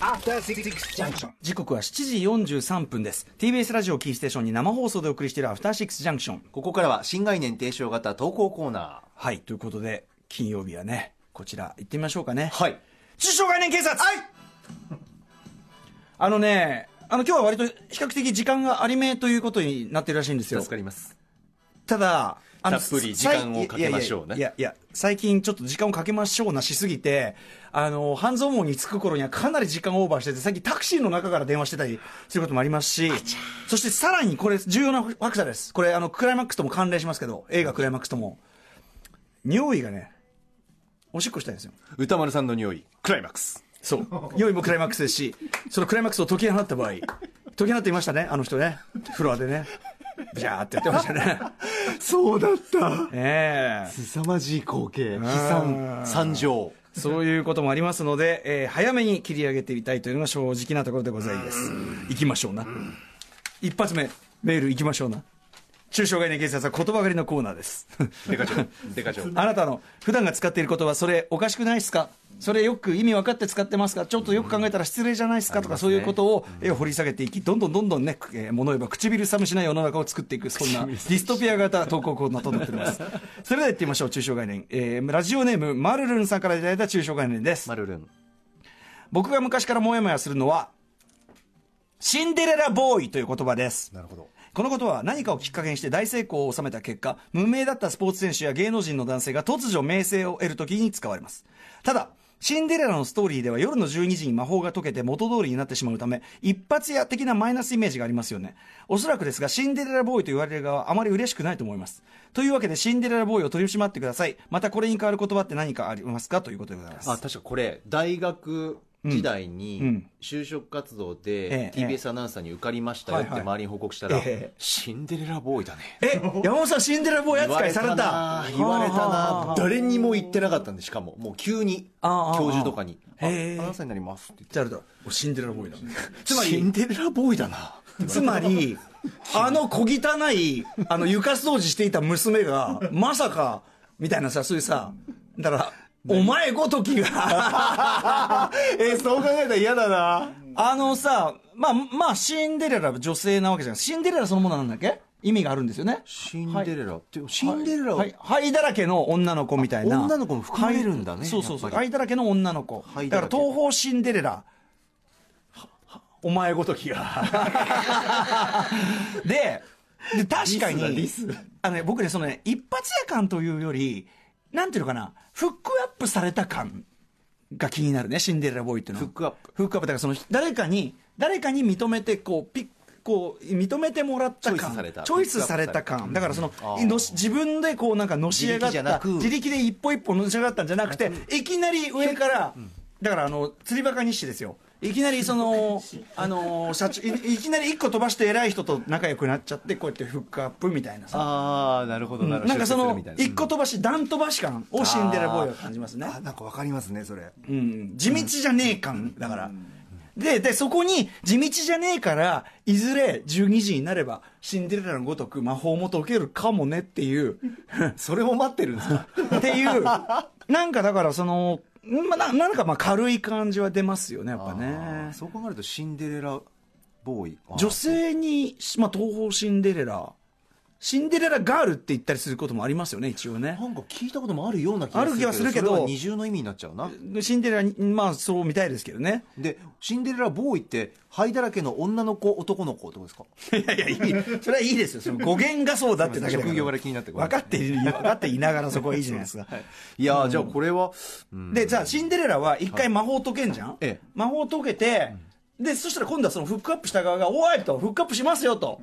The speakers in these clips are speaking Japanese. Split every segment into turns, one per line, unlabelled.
After Six Junction.
時刻は7時43分です TBS ラジオキーステーションに生放送でお送りしている「アフターシックスジャンクション
ここからは新概念提唱型投稿コーナ」
はいということで金曜日はねこちら行ってみましょうかね
ーはい
中小概念警察あのねあの今日は割と比較的時間がありめということになってるらしいんですよ
助かります
ただあの
たっぷり時間をかけましょうね
いやいやいやいや最近ちょっと時間をかけましょうなしすぎてあの半蔵門に着く頃にはかなり時間オーバーしてて最近タクシーの中から電話してたりすることもありますしそしてさらにこれ重要なファクターですこれあのクライマックスとも関連しますけど映画クライマックスとも尿意がねおしっこしたいんで すよ
歌丸さんの匂いクライマックス
そう。良いもクライマックスですし、そのクライマックスを解き放った場合、解き放っていましたね、あの人ね。フロアでね。ビャーってやってました ね。
そうだった
ええ
凄まじい光景悲惨惨状
そういうこともありますので、えー早めに切り上げてみたいというのが正直なところでございます。行きましょうな。一発目、メール行きましょうな。中小概念警察は言葉狩りのコーナーです。
デ カ長デカ長
あなたの普段が使っている言葉それおかしくないですかそれよく意味分かって使ってますかちょっとよく考えたら失礼じゃないですかとか、そういうことをえー掘り下げていきどんどんどんどんね、くえー物言えば唇寒しない世の中を作っていく そんなディストピア型投稿コーナーとなっておりますそれではいってみましょう中小概念、えーラジオネームマルルンさんからいただいた中小概念です
マルルン
僕が昔からモヤモヤするのはシンデレラボーイという言葉です
なるほど
このことは何かをきっかけにして大成功を収めた結果無名だったスポーツ選手や芸能人の男性が突如名声を得るときに使われますただシンデレラのストーリーでは夜の12時に魔法が解けて元通りになってしまうため一発屋的なマイナスイメージがありますよねおそらくですがシンデレラボーイと言われる側はあまり嬉しくないと思いますというわけでシンデレラボーイを取り締まってくださいまたこれに代わる言葉って何かありますかということでございます
あ確かこれ大学時代
うんう
に
ん
就職活動
え
で
え
TBS アナウンサーに受かりましたよっ
はいは
て
い
周りに報告したら
ええ
「シンデレラボーイだね
え山本さんシンデレラボーイ」扱いされた
言われた
はあは
な
あ
誰にも言ってなかったんでしかももう急に
ああ
教授とかに「あアナ
へえ
ウンサーになります」って言って
じゃああれだおシンデレラボーイだ
つまりシンデレラボーイだな
つまり、 あの小汚い、あの床掃除していた娘 が、まさか、みたいなさ、そういうさ、だから、お前ごときが、
えーそう考えたら嫌だな
あのさ、まあ、まあ、シンデレラは女性なわけじゃない。シンデレラそのものなんだっけ意味があるんですよね。
シンデレラってシンデレラ
はい、灰だらけの女の子みたいな。
女の子も含めるんだね
灰そうそうそう。
やっぱり
灰だらけの女の子。
灰
だ
だ
から
け
ら東方シンデレラ。お前ごときが。 で、で確か
リス
に
だリス、
あのね、僕ね、そのね、一発屋感というより、なんていうのかな、フックアップされた感が気になるね、シンデレラボーイっていうのは。
フックアップ。
フックアップだから、その、誰かに、誰かに認めて、こう、ピッ、こう、認めてもらった
チョイ
感。
スされた
チョイスされた感。だから、その、
ー
のし自分でこう、なんか、のし上が
自力
った。
じゃなく
自力で一歩一歩のし上がったんじゃなくて、いきなり上から、だからあの、釣りバカ日誌ですよ。いきなりその、あの、社長、いいきなり一個飛ばして偉い人と仲良くなっちゃって、こうやってフックアップみたいなさ。
ああなるほどなるほど
なんかそ
出世する
の
みたい、な
一個飛ばし、段飛ばし感をシンデレラボーイは感じますね。
あなんかわかりますねそれ
うん、地道じゃねえ感だから、ででそこに地道じゃねえからいずれ12時になればシンデレラのごとく魔法も解けるかもねっていう
それを待ってるんですか
っていうなんかだからその、まあ、ななんかまあ軽い感じは出ますよねやっぱね
そう考えるとシンデレラボーイ
女性に、まあ、東方シンデレラシンデレラガールって言ったりすることもありますよね一応ね
なんか聞いたこともあるような気がする
ある気はするけど
それは二重の意味になっちゃうな
シンデレラにまあそうみたいですけどね
でシンデレラボーイって灰だらけの女の子男の子ってことですか
いやいや、いい。それはいいですよ。その語源がそうだってだけだら
職業柄気になってごめ
分
ん
かっている、分かっていながらそこはいいじゃないですか。
いやー、じゃあこれは、うん
で、じゃあ、シンデレラは一回魔法解けんじゃん、
ええ
魔法解けて、で、そしたら今度はそのフックアップした側が、おいと、フックアップしますよと。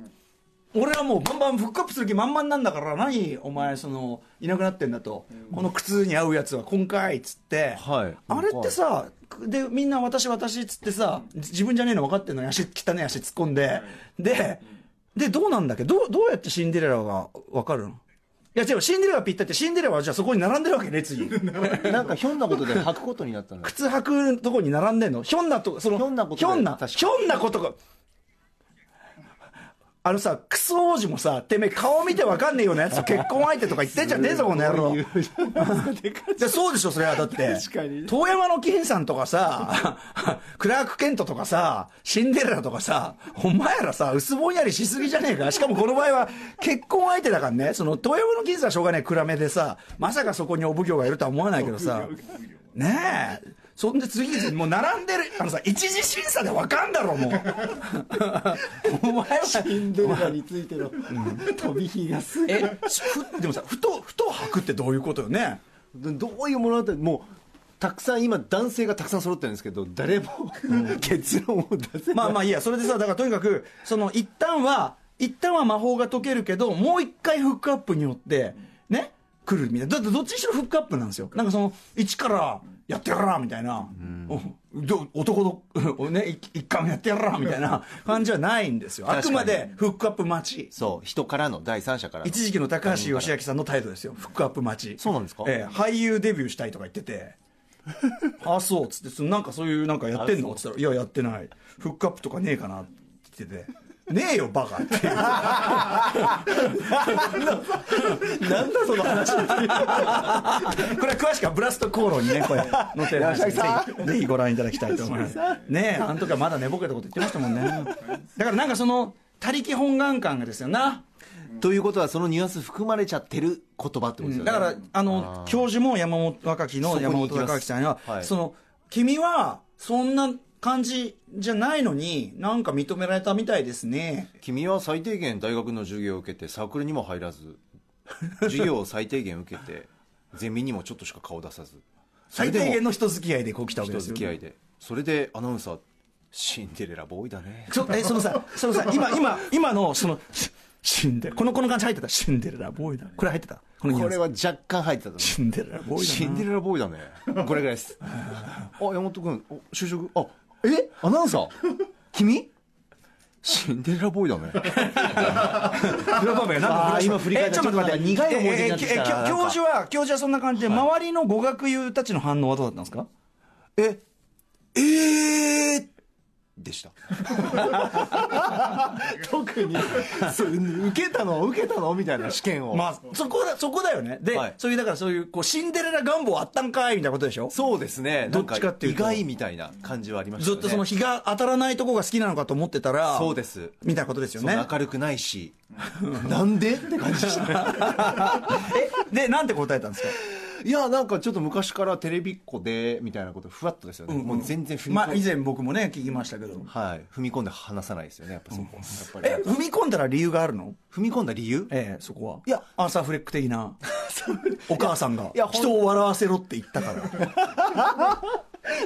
俺はもうバンバンフックアップする気満々なんだから、何お前、その、いなくなってんだと。この靴に合うやつは今回、つって。
はい
あれってさ、で、みんな私、私っつってさ、自分じゃねえの分かってんのに足、汚ね足突っ込んで。で、で、どうなんだっけどう、どうやってシンデレラが分かるのいや、違う、シンデレラって言ったって、シンデレラはじゃあそこに並んでるわけね、次。
なんかひょんなことで履くことになったのよ
靴履くとこに並んでんのひょんなとその
ひょんなことで
ひょんな
確かに
ひょんなことがあのさ、クソ王子もさ、てめえ顔見てわかんねえようなやつと結婚相手とか言ってんじゃねえぞ、この野郎。じゃあそうでしょ、それ はだって。
確かに
遠山の金さんとか さ、クラーク・ケントとかさ、シンデレラとかさ、お前らさ、薄ぼんやりしすぎじゃねえか。しかもこの場合は、結婚相手だからね、その、遠山の金さんはしょうがねえ、暗めでさ、まさかそこにお奉行がいるとは思わないけどさ、ねえ。そんで次々もう並んでる、あのさ、一次審査でわかんだろ、もう。お前
シ
は、
ンデレラについての飛び火がすごい
え、ふでもさ、ふと、ふと吐くってどういうことよね。
どどういう物語もうたくさん今男性がたくさん揃ってるんですけど誰も結論を出せない、
まあまあいいや、それでさ、だからとにかく、その一旦は、一旦は魔法が解けるけど、もう一回フックアップによって、ね、来るみたいな。だってどっちにしろフックアップなんですよ。なんかその、一からやってやらみたいな。おど男の、 ね、一一回もやってやらみたいな感じはないんですよ。あくまでフックアップ待ち。
そう人からの第三者からの
一時期の高橋義明さんの態度ですよ、フックアップ待ち、
そうなんですか
ええ俳優デビューしたいとか言ってて、 ああ、そうっつって、そのなんかそういう、なんかやってんのっつったら、いや、やってない、フックアップとかねえかなって言ってて、ねえよ、バカって いう、
なんだその話
これは詳しくはブラストコーロにね、これ、載ってますのでぜひぜひご覧いただきたいと思います。ねえ、あの時はまだ寝ぼけたこと言ってましたもんね。だからなんかその、他力本願感がですよな。
ということはそのニュアンス含まれちゃってる言葉ってことですよね
だから、あの、教授も山本若きの
そこに
山
行
本
きます
隆明さんには、
はい
その、君は、そんな感じじゃないのに、なんか認められたみたいですね。
君は最低限大学の授業を受けてサークルにも入ら ず授業を最低限受けてゼミにもちょっとしか顔出さずそれ
最
でも
低限の人付き合いでこう来たわけ
人
ですよ。
付き合いでそれでアナウンサーシンデレラボーイだね
ちょえ、そのさ、 そのさ、今、今、今の、その、しシンデレラ、この、この感じ入ってた。シンデレラ、ボーイだ。これ入ってた。このニュアンス
これは若干入ってたと思う
シンデレラ、ボーイだな。
シンデレラボーイだねこれぐらいです あ山本君お就職あえアナウン サー君シンデレラボーイだね
黒豆がなんか
あー今振り返った
えちょっと待って
ちょっとなんか苦い思い出になって
え
きたな
えきょ
なんか
教授は教授はそんな感じで周りの語学友たちの反応はどうだったんですか
ええー、で した
特に
そう受けたの受けたのみたいな試験を、
まあ、そこだ、そこだよね。で、
はい
そういう、だからそういう、こう、シンデレラ願望あったんかいみたいなことでしょ
そうですね
どっちかっていうと
なん意外みたいな感じはありました
ず
ね
っとその日が当たらないとこが好きなのかと思ってたら、
そうです
みたいなことですよ
そん
ね
な。明るくない しなんでって感じでした
で、なんて答えたんですか
いやなんかちょっと昔からテレビっ子でみたいなことふわっとですよね、もう全然踏み込んで、
まあ、以前僕もね、聞きましたけど。
はい、踏み込んで話さないですよねやっぱそこ、やっぱ
え、踏み込んだら理由があるの
り踏み込んだ理由
ええ、そこは。
いや
アンサーフレック 的な。お母さんが
いや、ほん
人を笑わせろって言ったから。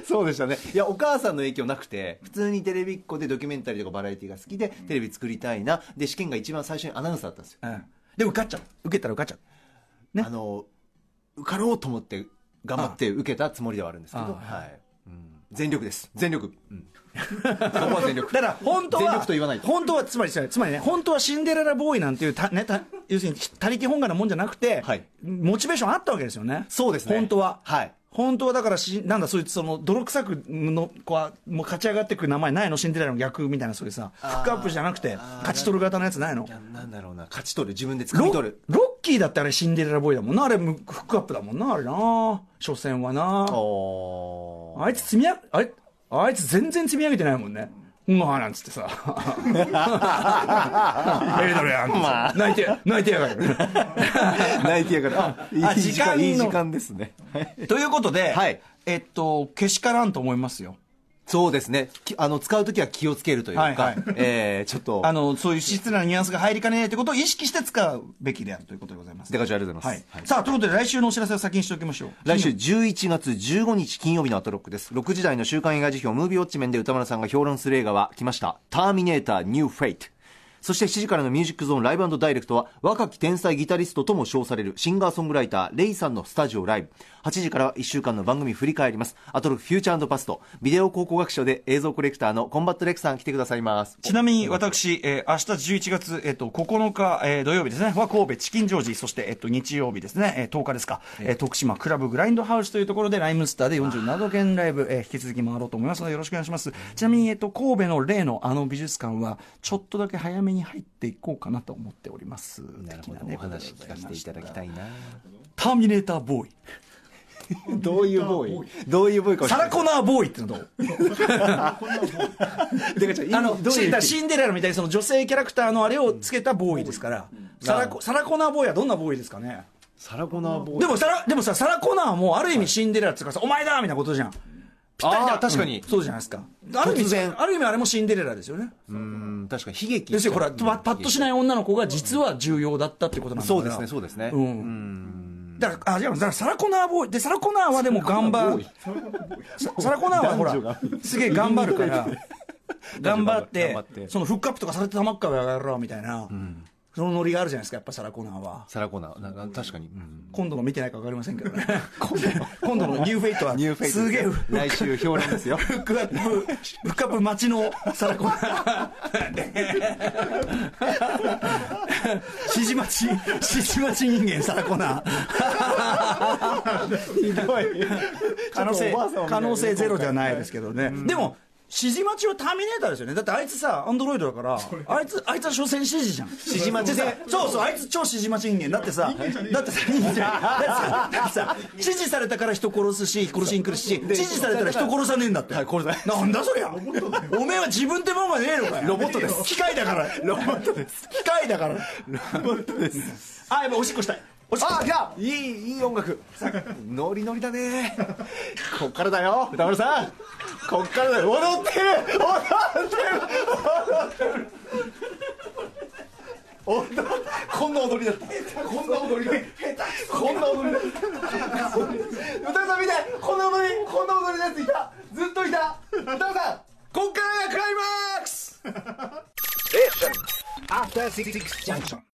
そうでしたねいやお母さんの影響なくて普通にテレビっ子でドキュメンタリーとかバラエティが好きでテレビ作りたいなで試験が一番最初にアナウンサーだったんですよ
うんで、受かっちゃう。受けたら受かっちゃう。ね
あの受かろうと思って頑張って受けたつもりではあるんですけど、
あ
はいうん全力です全力、 うん、そこは全力
だから 本当は
全力と言わないと
本当はつまりつまりね本当はシンデレラボーイなんていうた、ね、た要するに他力本願なもんじゃなくて、
はい
モチベーションあったわけですよね
そうですね
本当は
はい
本当はだからしなんだそういうその泥臭くのこはもう勝ち上がってく名前ないのシンデレラの逆みたいなそういうさフックアップじゃなくて勝ち取る型のやつないの
ななんだろうな勝ち取る自分で掴み
ロ
取る
ロッキーだってあれシンデレラボーイだもんなあれフックアップだもんなあれな所詮はな
おー
あいつ積み上げ、あいあいつ全然積み上げてないもんね。まあなんつってさ。エルドレアンってさ泣いて、泣いてやがる。
泣いてやから
あ
あいい時間
時間の
いい時間ですねはい
ということで、
はい
えっと、けしからんと思いますよ。
そうですねきあの使う時は気をつけるというか、
はいはい
えーちょっと
あの、そういう質なニュアンスが入りかねないということを意識して使うべきであるということでございます。
デカチョウありがとうございます、
はい、さあ、ということで来週のお知らせを先にしておきましょう。
来週11月15日金曜日のアトロックです6時台の週刊映画辞表ムービーウォッチメンで歌村さんが評論する映画は来ました「ターミネーターニューフェイト」そして7時からのミュージックゾーンライブダイレクトは若き天才ギタリストとも称されるシンガーソングライターレイさんのスタジオライブ8時からは1週間の番組振り返りますアトロックフューチャーパストビデオ考古学賞で映像コレクターのコンバットレクさん来てくださいます
ちなみに私、えー明日11月、えっと9日、えー土曜日ですね、は神戸チキンジョージ、そして、えっと日曜日ですね、えー10日ですか、えー徳島クラブグラインドハウスというところで、ライムスターで47度券ライブ、えー引き続き回ろうと思いますので、よろしくお願いします。ちなみに、えっと神戸の例のあの美術館は、ちょっとだけ早めにめに入っていこうかなと思っております。
なるほ
的
ど、
ね
お話聞かせていただきたいな。
ターミネーターボーイ。
どういうボーイどういうボーイか
サラコナーボーイってのどう
でかちゃん、
あ
あ
の
の、どう
シ
い
ン
う
だシンデレラみたいにその女性キャラクターのあれをつけたボーイですから、サラコサラコナーボーイはどんなボーイですかね
サラコナーボーイ
でもサラでもさサラコナーもある意味シンデレラっつうかさ、お前だみたいなことじゃん
ああ、確かに。
そうじゃないですかある意
突
味
然
ある意味あれもシンデレラですよね
うん、確かに悲劇。
ですよほらパパッとしない女の子が実は重要だったってことなんだから
そうですね、そうですね。
うんだから、あ、違う、だからサラコナーボーイ、で、サラコナーはでも頑張る。ササラコナーはほら
男女が、
すげえ頑張るから、頑張っ
頑
て
張って、
そのフックアップとかされてたまっかやろうみたいな、そのノリがあるじゃないですか、やっぱサラコナーは。
サラコナー、なな確かに。うん
今度の見てないか分かりませんけどね。今度のニューフェイトは、
ニューフェイス。
すげえフ
来週評論ですよ。
ックアップ、フックアップ待ちのサラコナーで。指示待ち、指示待ち人間、サラコナー。
ひどい
可能性
ちょっとおばあさんみたいな
可能性ゼロじゃないですけどね、でも指示待ちはターミネーターですよねだってあいつさアンドロイドだからあいつあいつは所詮指示じゃん指
示待ちで
そうそうあいつ超指示待ち人間だってさだってさ人間じ ゃんだってさだってさ指示されたから人殺すし殺しに来るし指示されたら人殺さねえんだってなんだそりゃおめえは自分ってもんがねえのかよロボットです機械だからロボットです機械だからロボットですあやばいおしっこしたいおしっこ
あ、じゃあ、いい、いい音楽。 ノリノリだね。こっからだよ、歌丸さん。こっからだよ。踊ってる踊ってる踊ってる踊ってるこんな踊りだった。こんな踊りだった。こんな踊りだった。歌丸さん見て、こんな踊り、こんな踊りのやついた。ずっといた。歌丸さん。こっからがクライマックス
After Six Six Junction.